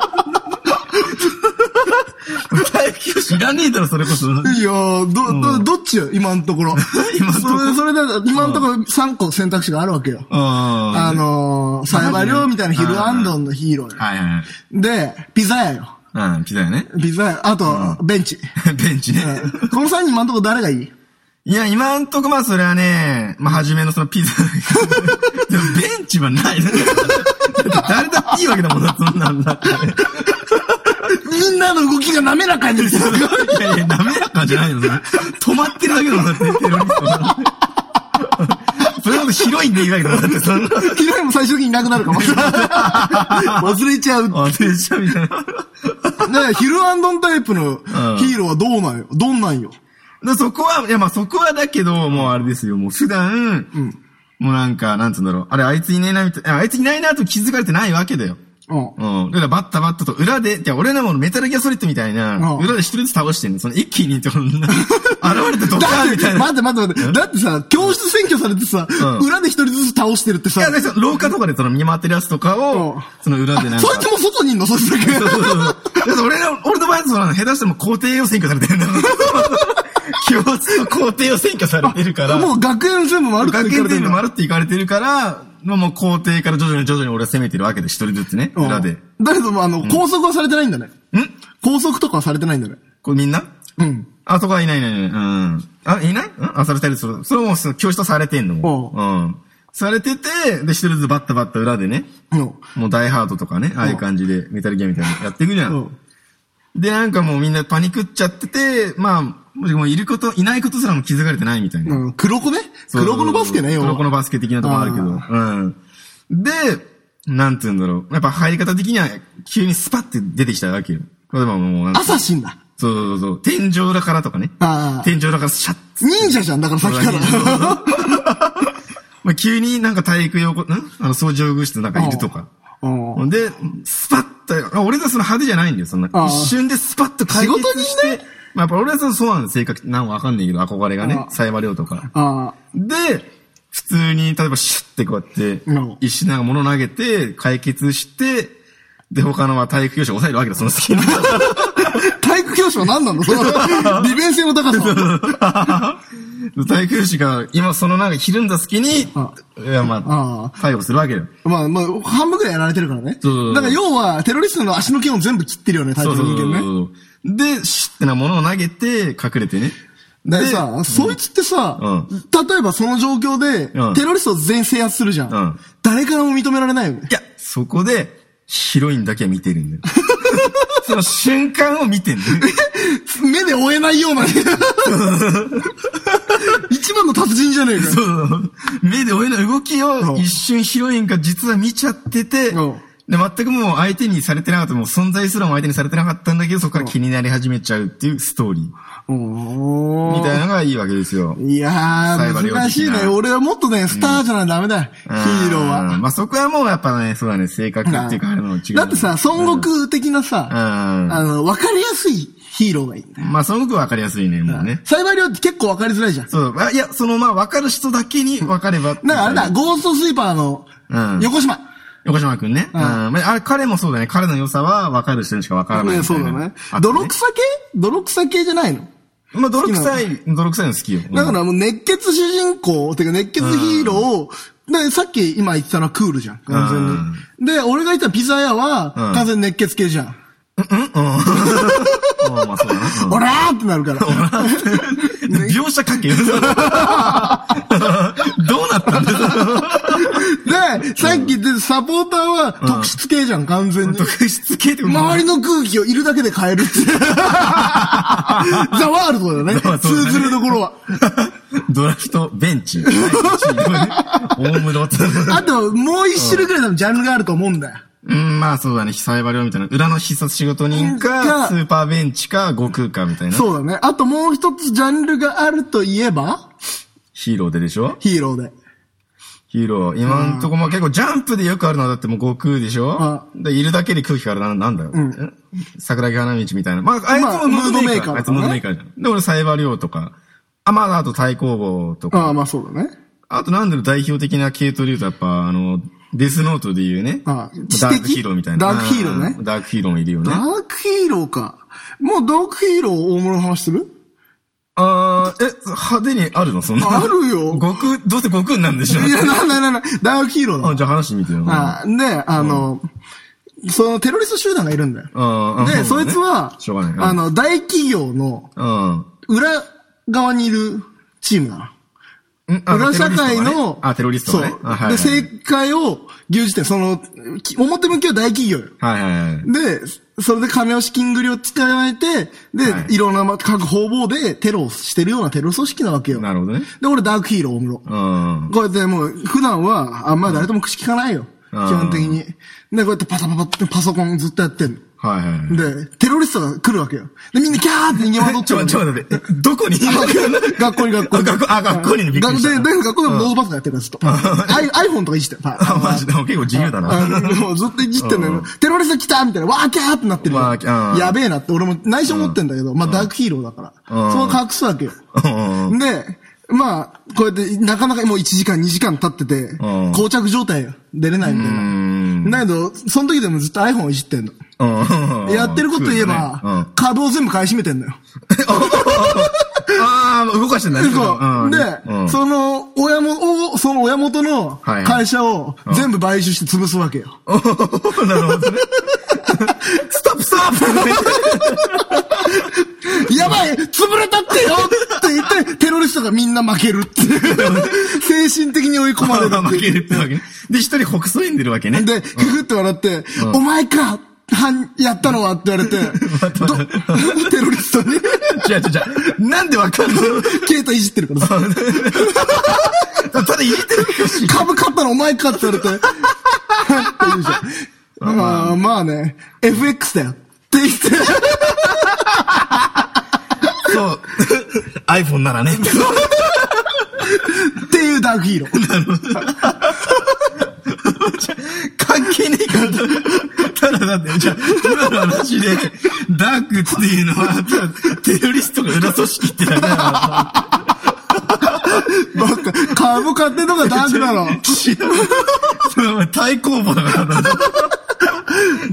[SPEAKER 3] 体育教師いらねえだろ、それこそ。
[SPEAKER 2] いやー、ど、ど、どっちよ、 今のところ。
[SPEAKER 3] 今んとこ
[SPEAKER 2] それ、それで、今のところ3個選択肢があるわけよ。
[SPEAKER 3] あ
[SPEAKER 2] あのー、サイバーリョウみたいなヒルアンドンのヒーローよ
[SPEAKER 3] はいはい
[SPEAKER 2] で、ピザ屋よ。
[SPEAKER 3] はい。うん、ピザやね。
[SPEAKER 2] ピザ屋、あと、ベン チ。
[SPEAKER 3] ベンチね。
[SPEAKER 2] この3人今のところ誰がいい
[SPEAKER 3] いや、今んとこまあそれはね、まあ初めのそのピザ。でもベンチはない。だって誰だっていいわけだもんな、そんなんだって。
[SPEAKER 2] みんなの動きが滑らかに。
[SPEAKER 3] いやいや、滑らかじゃないの、それ。止まってるだけだもんだって、テロリストが。それこそ広いんでいいわけだもんだって、そんな。
[SPEAKER 2] ヒロインも最終的にいなくなるかもしれない。忘れちゃう。だか
[SPEAKER 3] あ、電車みたいな。
[SPEAKER 2] ら、ヒルアンドンタイプのヒーローはどうなんよ。どんなんよ。
[SPEAKER 3] でそこは、いやまあそこはだけど、もうあれですよ、もう普段、もうなんか、なんつうんだろう、あれあいついねえな、みたいな、あいついないなと気づかれてないわけだよ。
[SPEAKER 2] うん。
[SPEAKER 3] うん。だからバッタバッタと裏で、いや俺らもメタルギアソリッドみたいな、
[SPEAKER 2] うん
[SPEAKER 3] 裏で一人ずつ倒してんの。その一気にって、こんな現れてドカ
[SPEAKER 2] だ
[SPEAKER 3] ーン
[SPEAKER 2] っ
[SPEAKER 3] み
[SPEAKER 2] て
[SPEAKER 3] た、いな。
[SPEAKER 2] 待って待って待って。だってさ、教室占拠されてさ、
[SPEAKER 3] うん
[SPEAKER 2] 裏で一人ずつ倒してるって
[SPEAKER 3] い
[SPEAKER 2] さ、
[SPEAKER 3] や、だからその廊下とかでその見回ってるやつとかを、
[SPEAKER 2] うん
[SPEAKER 3] その裏でなんか。
[SPEAKER 2] そいつも外にいんのそいつだけ。
[SPEAKER 3] そうそうそうだから俺ら、俺の場合はその、下手しても校庭を占拠されてるんだ もん。教室の校庭を占拠されてるから。
[SPEAKER 2] もう学園全部丸く
[SPEAKER 3] 学
[SPEAKER 2] て
[SPEAKER 3] 園全
[SPEAKER 2] 丸
[SPEAKER 3] 部丸っていかれてるから、まあもう校庭から徐々に徐々に俺は攻めてるわけで、一人ずつね、裏で。ん
[SPEAKER 2] だけども、あの、拘束はされてないんだね。拘束とかはされてないんだね。
[SPEAKER 3] これみんな
[SPEAKER 2] うん。
[SPEAKER 3] あそこはいないいないいない。うん。あ、いないんあ、されたりする。それもその教室とされてんのもう。うん。されてて、で、一人ずつバッタバッタ裏でね、
[SPEAKER 2] うん。
[SPEAKER 3] もうダイハードとかね、ああいう感じで、メタルギアみたいなのやっていくじゃ。
[SPEAKER 2] うんん。
[SPEAKER 3] で、なんかもうみんなパニクっちゃってて、まあ、もしもういること、いないことすらも気づかれてないみたいな。
[SPEAKER 2] うん黒子ね
[SPEAKER 3] そう
[SPEAKER 2] 黒子のバスケね、要は
[SPEAKER 3] 黒子のバスケ的なとこあるけど。うん。で、なんて言うんだろう。やっぱ入り方的には、急にスパって出てきたわけよ。例えばもうなんか、
[SPEAKER 2] アサシンだ。
[SPEAKER 3] そうそうそう、天井裏からとかね。
[SPEAKER 2] ああ
[SPEAKER 3] 天井裏からシャッ
[SPEAKER 2] 忍者じゃん、だからさっきから。
[SPEAKER 3] まあ急になんか体育用こ、んあの、掃除用具室の中いるとか。
[SPEAKER 2] うん
[SPEAKER 3] ほんで、スパッと、あ俺たちその派手じゃないんだよ、そんな。
[SPEAKER 2] ああ
[SPEAKER 3] 一瞬でスパッと解決して。まあやっぱ俺はそのそうなんです性格、なんかわかんないけど、憧れがね
[SPEAKER 2] あ、あ
[SPEAKER 3] サイバー量とか。
[SPEAKER 2] あ
[SPEAKER 3] で、普通に、例えばシュッてこうやって
[SPEAKER 2] うん、
[SPEAKER 3] 一瞬なんか物投げて、解決して、で、他のは体育教師を抑えるわけだ、そのス キル。
[SPEAKER 2] あ。体育教師は何なんだその 利便性の高さ。
[SPEAKER 3] 体育教師が、今そのなんかひるんだ隙に、い
[SPEAKER 2] あ
[SPEAKER 3] や、まあ、逮捕するわけよ。
[SPEAKER 2] まあまあ、半分くらいやられてるからね。
[SPEAKER 3] そうそうそう
[SPEAKER 2] だから要は、テロリストの足の毛を全部切ってるよね、体
[SPEAKER 3] そう
[SPEAKER 2] 育
[SPEAKER 3] そう
[SPEAKER 2] の
[SPEAKER 3] そう
[SPEAKER 2] 人間ね。
[SPEAKER 3] そうで、シュッてな物を投げて、隠れてね。
[SPEAKER 2] だか
[SPEAKER 3] で
[SPEAKER 2] らさ、そいつってさ、
[SPEAKER 3] う
[SPEAKER 2] 例えばその状況で、
[SPEAKER 3] うん
[SPEAKER 2] テロリストを全員制圧するじゃん。
[SPEAKER 3] うん
[SPEAKER 2] 誰からも認められないよね。
[SPEAKER 3] いや、そこで、ヒロインだけは見てるんだ よ。その瞬間を見てんだよ。
[SPEAKER 2] 目で追えないよ うなね。一番の達人じゃねえかよ。
[SPEAKER 3] そう目で俺の動き
[SPEAKER 2] う
[SPEAKER 3] を
[SPEAKER 2] ん
[SPEAKER 3] 一瞬ヒロインが実は見ちゃってて、で、
[SPEAKER 2] うん
[SPEAKER 3] 全くもう相手にされてなかった、もう存在すらも相手にされてなかったんだけど、そこから気になり始めちゃうっていうストーリー。
[SPEAKER 2] おー
[SPEAKER 3] みたいなのがいいわけですよ。
[SPEAKER 2] いや
[SPEAKER 3] サイバ
[SPEAKER 2] ー、
[SPEAKER 3] ー領域な
[SPEAKER 2] 難しいね。俺はもっとね、スターじゃないとダメだよ。ヒーロー
[SPEAKER 3] うん
[SPEAKER 2] は。
[SPEAKER 3] まあそこはもうやっぱね、そうだね、性格っていうか、あれの違う。
[SPEAKER 2] だってさ、孫悟空的なさ、
[SPEAKER 3] うん
[SPEAKER 2] あの、わかりやすいヒーローがいいんだよ。
[SPEAKER 3] まあすごくわかりやすいね、もうね。
[SPEAKER 2] サイバー量って結構わかりづらいじゃん。
[SPEAKER 3] そう、あいや、そのまあわかる人だけにわかれば。
[SPEAKER 2] なんかあれだ、ゴーストスイーパーの
[SPEAKER 3] うん、
[SPEAKER 2] 横島。
[SPEAKER 3] 横島くんね。うん。まああれ、彼もそうだね。彼の良さは分かる人にしか分からない
[SPEAKER 2] ね
[SPEAKER 3] みた
[SPEAKER 2] そ
[SPEAKER 3] いうな。
[SPEAKER 2] だね
[SPEAKER 3] あ。と
[SPEAKER 2] 泥臭系泥臭系じゃないの
[SPEAKER 3] まあ、泥臭い、泥臭いの好きよ。
[SPEAKER 2] だからもう熱血主人公、てか熱血ヒーローを、で、さっき今言ってたのはクールじゃん、完全に。で、俺が言ったピザ屋は、
[SPEAKER 3] うん
[SPEAKER 2] 完全に熱血系じゃん。
[SPEAKER 3] まあまあそうだな。
[SPEAKER 2] オラーってなるから。
[SPEAKER 3] うん描写 書けよ。どうなったんだよ。
[SPEAKER 2] で、さっき言ってたサポーターは特質系じゃん、完全に。
[SPEAKER 3] 特質系ってこと
[SPEAKER 2] 周りの空気をいるだけで変えるっていう。ザワールド だよね
[SPEAKER 3] ザワ。ールドだね
[SPEAKER 2] 通ずるところは。
[SPEAKER 3] ドラフト、ベンチ。オウムロ
[SPEAKER 2] あと、もう一種類くらい多分ジャンルがあると思うんだよ。
[SPEAKER 3] うん、まあそうだね、サイバリオみたいな。裏の必殺仕事人
[SPEAKER 2] か
[SPEAKER 3] か、スーパーベンチか、悟空かみたいな。
[SPEAKER 2] そうだね。あともう一つジャンルがあるといえば、
[SPEAKER 3] ヒーローででしょ
[SPEAKER 2] ヒーローで。
[SPEAKER 3] ヒーロー。今んとこ、まあ結構ジャンプでよくあるのはだってもう悟空でしょで、いるだけで空気からな、なんだろう。ん桜木花道みたいな。まあ、あいつもムードメーカー。
[SPEAKER 2] まあ
[SPEAKER 3] あいつムードメーカーじゃん。で、俺サイバリオとか。あ、まあ、あと対抗棒とか。
[SPEAKER 2] ああ、まあそうだね。
[SPEAKER 3] あとなんだろう、代表的な系統で言うと、やっぱ、あの、デスノートで言うね。
[SPEAKER 2] あ知的
[SPEAKER 3] ダークヒーローみたいな。
[SPEAKER 2] ダークヒーローね
[SPEAKER 3] うんダークヒーローもいるよね
[SPEAKER 2] ダ。ークヒーローか。もうダークヒーロー大物の話する
[SPEAKER 3] あー、え、派手にあるのそんな。
[SPEAKER 2] ある よ
[SPEAKER 3] 悟空、どうせ悟空なんでしょ
[SPEAKER 2] いや、なんだなんだ、ダークヒーローだ
[SPEAKER 3] あ、じゃあ話してみてよ。
[SPEAKER 2] あで、あの、そのテロリスト集団がいるんだよ。
[SPEAKER 3] あー
[SPEAKER 2] で、そいつは、
[SPEAKER 3] しょうがないな
[SPEAKER 2] あの、大企業の
[SPEAKER 3] うん。
[SPEAKER 2] 裏側にいるチームな
[SPEAKER 3] うんあ
[SPEAKER 2] の。裏社会の、
[SPEAKER 3] あ、テロリストがね。
[SPEAKER 2] そう。
[SPEAKER 3] あはい
[SPEAKER 2] で、
[SPEAKER 3] は
[SPEAKER 2] 正
[SPEAKER 3] い
[SPEAKER 2] 解を牛耳って、その、き表向きは大企業よ。
[SPEAKER 3] はいはいはい。
[SPEAKER 2] で、それで金を資金繰りを使えて、で、
[SPEAKER 3] はい
[SPEAKER 2] い、ろんなま各方々でテロをしてるようなテロ組織なわけよ。
[SPEAKER 3] なるほどね。
[SPEAKER 2] で、俺ダークヒーロー大室。
[SPEAKER 3] うん。
[SPEAKER 2] こうやってもう、普段は、あんまり誰とも口聞かないよ。基
[SPEAKER 3] うん
[SPEAKER 2] 本的に。で、こうやってパタパタってパソコンずっとやってん
[SPEAKER 3] はいはいはい。
[SPEAKER 2] の。で、テロリストが来るわけよ。で、みんなキャーって逃げ惑っち
[SPEAKER 3] ち
[SPEAKER 2] ゃう
[SPEAKER 3] ょ、
[SPEAKER 2] の。
[SPEAKER 3] ちょ、待って。えどこに
[SPEAKER 2] 学校に学校
[SPEAKER 3] あ
[SPEAKER 2] に。
[SPEAKER 3] 学校あ学校にねびっくりした
[SPEAKER 2] で、で学校でもノートパソコンやってるからずっと。アイ iPhone とかいじってたよ。
[SPEAKER 3] あ、マジで、もう結構自由だ
[SPEAKER 2] あ
[SPEAKER 3] な。
[SPEAKER 2] のもうずっといじってんだ
[SPEAKER 3] う
[SPEAKER 2] よ
[SPEAKER 3] ん。
[SPEAKER 2] テロリスト来たみたいな、わーキャーってなってるよ
[SPEAKER 3] わーキャーうん
[SPEAKER 2] やべえなって、俺も内緒思ってんだけど、まあダークヒーローだから。
[SPEAKER 3] うん
[SPEAKER 2] そう隠すわけよ。
[SPEAKER 3] うんうん。
[SPEAKER 2] で、まあ、こうやって、なかなかもう1時間、2時間経ってて、
[SPEAKER 3] ん
[SPEAKER 2] 膠着状態よ出れないみたい
[SPEAKER 3] うん
[SPEAKER 2] な。だけど、その時でもずっと iPhone をいじってんの。
[SPEAKER 3] うん
[SPEAKER 2] やってること言えば、
[SPEAKER 3] うん。あ
[SPEAKER 2] 株を全部買い占めてんのよ。
[SPEAKER 3] あー、動かしてんだね。
[SPEAKER 2] そう。で、
[SPEAKER 3] うん
[SPEAKER 2] その、親も、おその親元の
[SPEAKER 3] はいはい
[SPEAKER 2] 会社を全部買収して潰すわけよ。
[SPEAKER 3] おーなるほどね。ストップストッ
[SPEAKER 2] やばい潰れたってよって言って、テロリストがみんな負けるって いう。精神的に追い込まれる
[SPEAKER 3] プ
[SPEAKER 2] って
[SPEAKER 3] 負
[SPEAKER 2] い
[SPEAKER 3] け
[SPEAKER 2] う
[SPEAKER 3] るってわけね。で、一人ほくそいんでるわ けね。
[SPEAKER 2] で、ふふって笑って、お前かはん、やったのはって言 われて、どテロリストに、
[SPEAKER 3] 違う違う違う。なんでわかんない
[SPEAKER 2] ケイトいじってるからさ、
[SPEAKER 3] ただ言えてるけどし。
[SPEAKER 2] 株買ったのお前かって言われ て、って言うじゃん。まあ、まあね、FX だよ。って言って、
[SPEAKER 3] そう。iPhone な らね。
[SPEAKER 2] っていうダークヒーロー。
[SPEAKER 3] 関係ねえから。ただだって、じゃあ今の話で、ダークっていうのは、ただテロリストが裏組織ってだけだか
[SPEAKER 2] バカ株買ってんのがダークな の。
[SPEAKER 3] ら。知らないそれお前対抗馬だからな。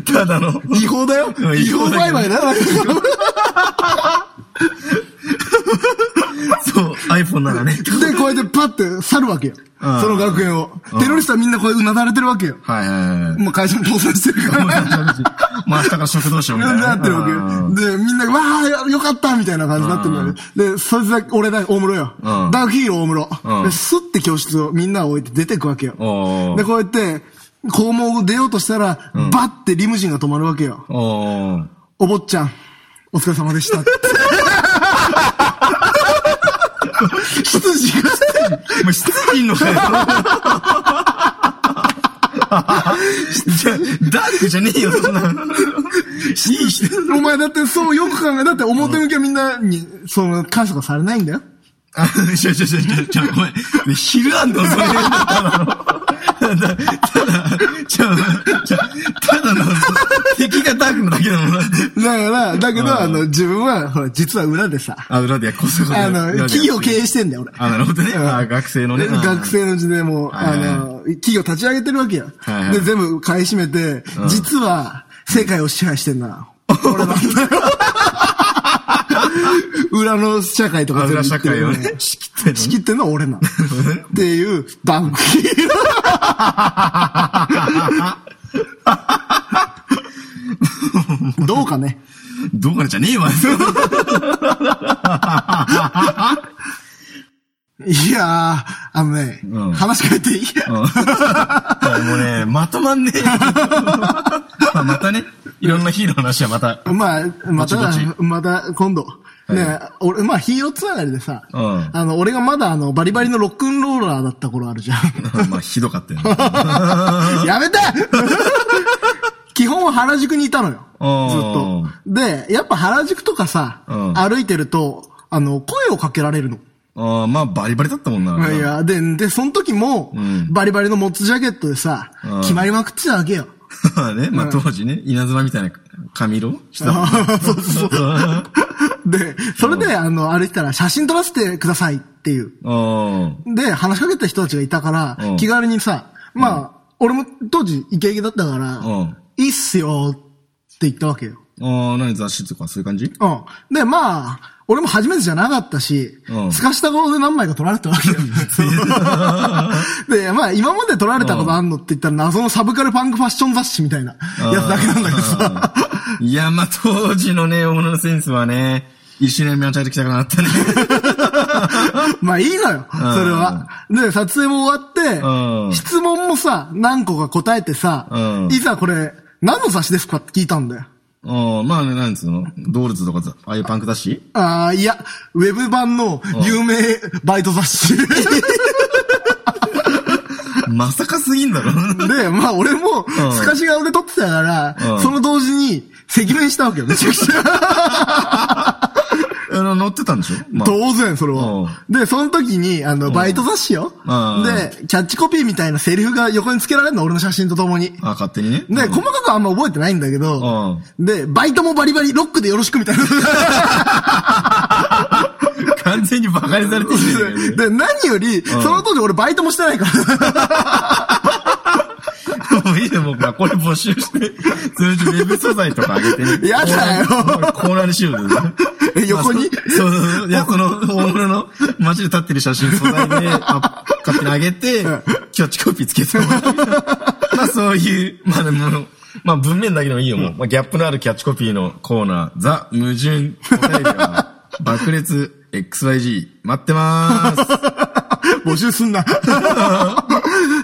[SPEAKER 3] ただの。
[SPEAKER 2] 違法だよ。
[SPEAKER 3] うん
[SPEAKER 2] 違
[SPEAKER 3] 違
[SPEAKER 2] 法
[SPEAKER 3] 法だ
[SPEAKER 2] 売
[SPEAKER 3] け
[SPEAKER 2] 買だ
[SPEAKER 3] ど
[SPEAKER 2] よ。
[SPEAKER 3] そう、iPhone ならね。
[SPEAKER 2] で、こうやってパッて去るわけよ。そ
[SPEAKER 3] ん
[SPEAKER 2] の学園を。テロリストはみんなこううなだれてるわけよ。
[SPEAKER 3] はいはいはい。
[SPEAKER 2] もう会社も倒産してるから。
[SPEAKER 3] まあ明日から食堂しようみたいな。
[SPEAKER 2] なってるわけ
[SPEAKER 3] うん
[SPEAKER 2] よ。で、みんな、わあ、よかったみたいな感じになってるんだよね。で、そいつだけ、俺だ、大室よ。
[SPEAKER 3] ん
[SPEAKER 2] ダークヒーロー大室。
[SPEAKER 3] うん
[SPEAKER 2] で、スッて教室をみんなを置いて出てくわけよ。
[SPEAKER 3] おー
[SPEAKER 2] で、こうやって、校門を出ようとしたら、バッてリムジンが止まるわけよ。
[SPEAKER 3] おー。
[SPEAKER 2] お坊ちゃん、お疲れ様で した。羊が、
[SPEAKER 3] お前、質疑の かよ。じゃあダークじゃねえよ、そんなの。いい人。
[SPEAKER 2] お前だってそうよく考え、だって表向きはみんなに、その、感謝がされないんだよ。
[SPEAKER 3] あ、ちょちょちょちょ、ちょ、ごめん。昼あんの、それ。ただ、ただ、ちょ、ちょ、ただの、敵がダークのだけだもんな。
[SPEAKER 2] だから、だけど、あの、自分は、ほら、実は裏でさ、
[SPEAKER 3] あ、裏でや、こそこそ。
[SPEAKER 2] あの、
[SPEAKER 3] 裏でや
[SPEAKER 2] 企業経営してんだよ、俺。
[SPEAKER 3] あ、なるほどね。あ、学生のね。
[SPEAKER 2] で学生のうちでもう、
[SPEAKER 3] はい
[SPEAKER 2] あ
[SPEAKER 3] はいはい
[SPEAKER 2] の、企業立ち上げてるわけよ
[SPEAKER 3] はいは。い
[SPEAKER 2] で、全部買い占めて、実は、世界を支配してんな。俺 なんだよ。裏の社会とか
[SPEAKER 3] あ裏
[SPEAKER 2] 言
[SPEAKER 3] 社
[SPEAKER 2] ってる
[SPEAKER 3] 会
[SPEAKER 2] よ
[SPEAKER 3] を
[SPEAKER 2] ね
[SPEAKER 3] ね、仕切って
[SPEAKER 2] 仕切ってんのは 俺なの。っていう、ダンク。どうか
[SPEAKER 3] ない ですか
[SPEAKER 2] いやー、あのね、
[SPEAKER 3] うん
[SPEAKER 2] 話変えていい、
[SPEAKER 3] もうね、まとまんねえ。 まあまたね、いろんなヒーローの話はまた。
[SPEAKER 2] まあ、また
[SPEAKER 3] ぼちぼ、
[SPEAKER 2] また今度。ね、俺、まあヒーローつながりでさ、
[SPEAKER 3] うん
[SPEAKER 2] あの、俺がまだあの、バリバリのロックンローラーだった頃あるじゃ ん。
[SPEAKER 3] まあ、ひどかったよね。
[SPEAKER 2] や めて基本は原宿にいたのよ。
[SPEAKER 3] おー
[SPEAKER 2] ずっと。で、やっぱ原宿とかさ、
[SPEAKER 3] うん
[SPEAKER 2] 歩いてると、あの、声をかけられるの。
[SPEAKER 3] ああ、まあ、バリバリだったもんな。
[SPEAKER 2] いや、で、で、その時も、
[SPEAKER 3] ん
[SPEAKER 2] バリバリのモッツジャケットでさ、
[SPEAKER 3] うん
[SPEAKER 2] 決まりまくってたわけよ。
[SPEAKER 3] まあね、まあ当時ね、稲妻みたいな髪色してたもんね。
[SPEAKER 2] そう そう そう。で、それで、あの、歩いてたら、写真撮らせてくださいっていう。
[SPEAKER 3] あ
[SPEAKER 2] で、話しかけた人たちがいたから
[SPEAKER 3] うん、
[SPEAKER 2] 気軽にさ、まあ、俺も当時イケイケだったか
[SPEAKER 3] うん
[SPEAKER 2] ら、いいっすよって言ったわけよ。
[SPEAKER 3] あ、ああ、何雑誌とかそういう感じ
[SPEAKER 2] うん。で、まあ、俺も初めてじゃなかったし、
[SPEAKER 3] うん
[SPEAKER 2] すかした顔で何枚か撮られたわ けよ。で、まあ、今まで撮られたことあんのって言ったら謎のサブカルパンクファッション雑誌みたいなやつだけなんだけどさ。
[SPEAKER 3] いや、まあ当時のね、大物のセンスはね、一周年目のチャイト来たくなったね。
[SPEAKER 2] まあいいのよ、それは。で、撮影も終わ
[SPEAKER 3] う
[SPEAKER 2] っ
[SPEAKER 3] ん
[SPEAKER 2] て、質問もさ、何個か答えてさ
[SPEAKER 3] う、ん
[SPEAKER 2] いざこれ、何の雑誌ですかって聞いたんだよ。
[SPEAKER 3] ああ、まあね、なんつうのドールズとかさ、ああいうパンク雑誌
[SPEAKER 2] ああ、いや、ウェブ版の有名バイト雑 誌。
[SPEAKER 3] まさかすぎんだろ。
[SPEAKER 2] で、まあ俺も、
[SPEAKER 3] ん
[SPEAKER 2] 透かし顔で撮ってたから、
[SPEAKER 3] うん
[SPEAKER 2] その同時に、赤面したわけよ、めちゃくち ゃ。
[SPEAKER 3] あの、乗ってたんでしょまあ。
[SPEAKER 2] 当然、それは。で、その時に、あの、バイト雑誌よ。
[SPEAKER 3] うん
[SPEAKER 2] で、キャッチコピーみたいなセリフが横に付けられるの、俺の写真とともに。で、
[SPEAKER 3] ああ、勝手にね。うん
[SPEAKER 2] 細かくはあんま覚えてないんだけど、で、バイトもバリバリ、ロックでよろしくみたいな。
[SPEAKER 3] 完全に馬鹿にされてるじゃん
[SPEAKER 2] で、で何より、その当時俺バイトもしてないから。
[SPEAKER 3] もういいよ、もう、まあこれ募集して、通じウェブ素材とかあげてね。
[SPEAKER 2] やだよ
[SPEAKER 3] コーナーコーナーにしようよ。
[SPEAKER 2] え横に
[SPEAKER 3] まあそうそうそう。いや、この、大物の街で立ってる写真素材で、あ勝手にあげて、キャッチコピーつけてもら う。まあ、そういう、まあでも、まあ文面だけでもいいよ、もう。まあ、ギャップのあるキャッチコピーのコーナー、ザ・矛盾、答えが、爆裂、XYG、待ってまーす。
[SPEAKER 2] 募集すん な。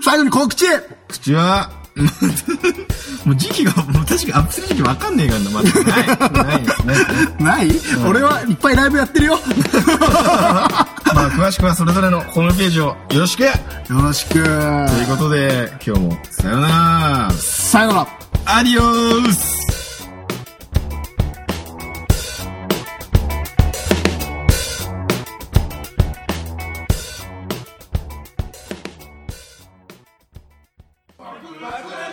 [SPEAKER 2] 最後に告知
[SPEAKER 3] 口は、 もう時期が、もう確かにアップする時期わかんねえからな、まだ。ない、ないですね。
[SPEAKER 2] ない、俺はいっぱいライブやってるよ。
[SPEAKER 3] まあ、詳しくはそれぞれのホームページをよろしく
[SPEAKER 2] よろしく。
[SPEAKER 3] ということで、今日もさようなら
[SPEAKER 2] さよなら。
[SPEAKER 3] アディオース
[SPEAKER 1] 爆裂 XYG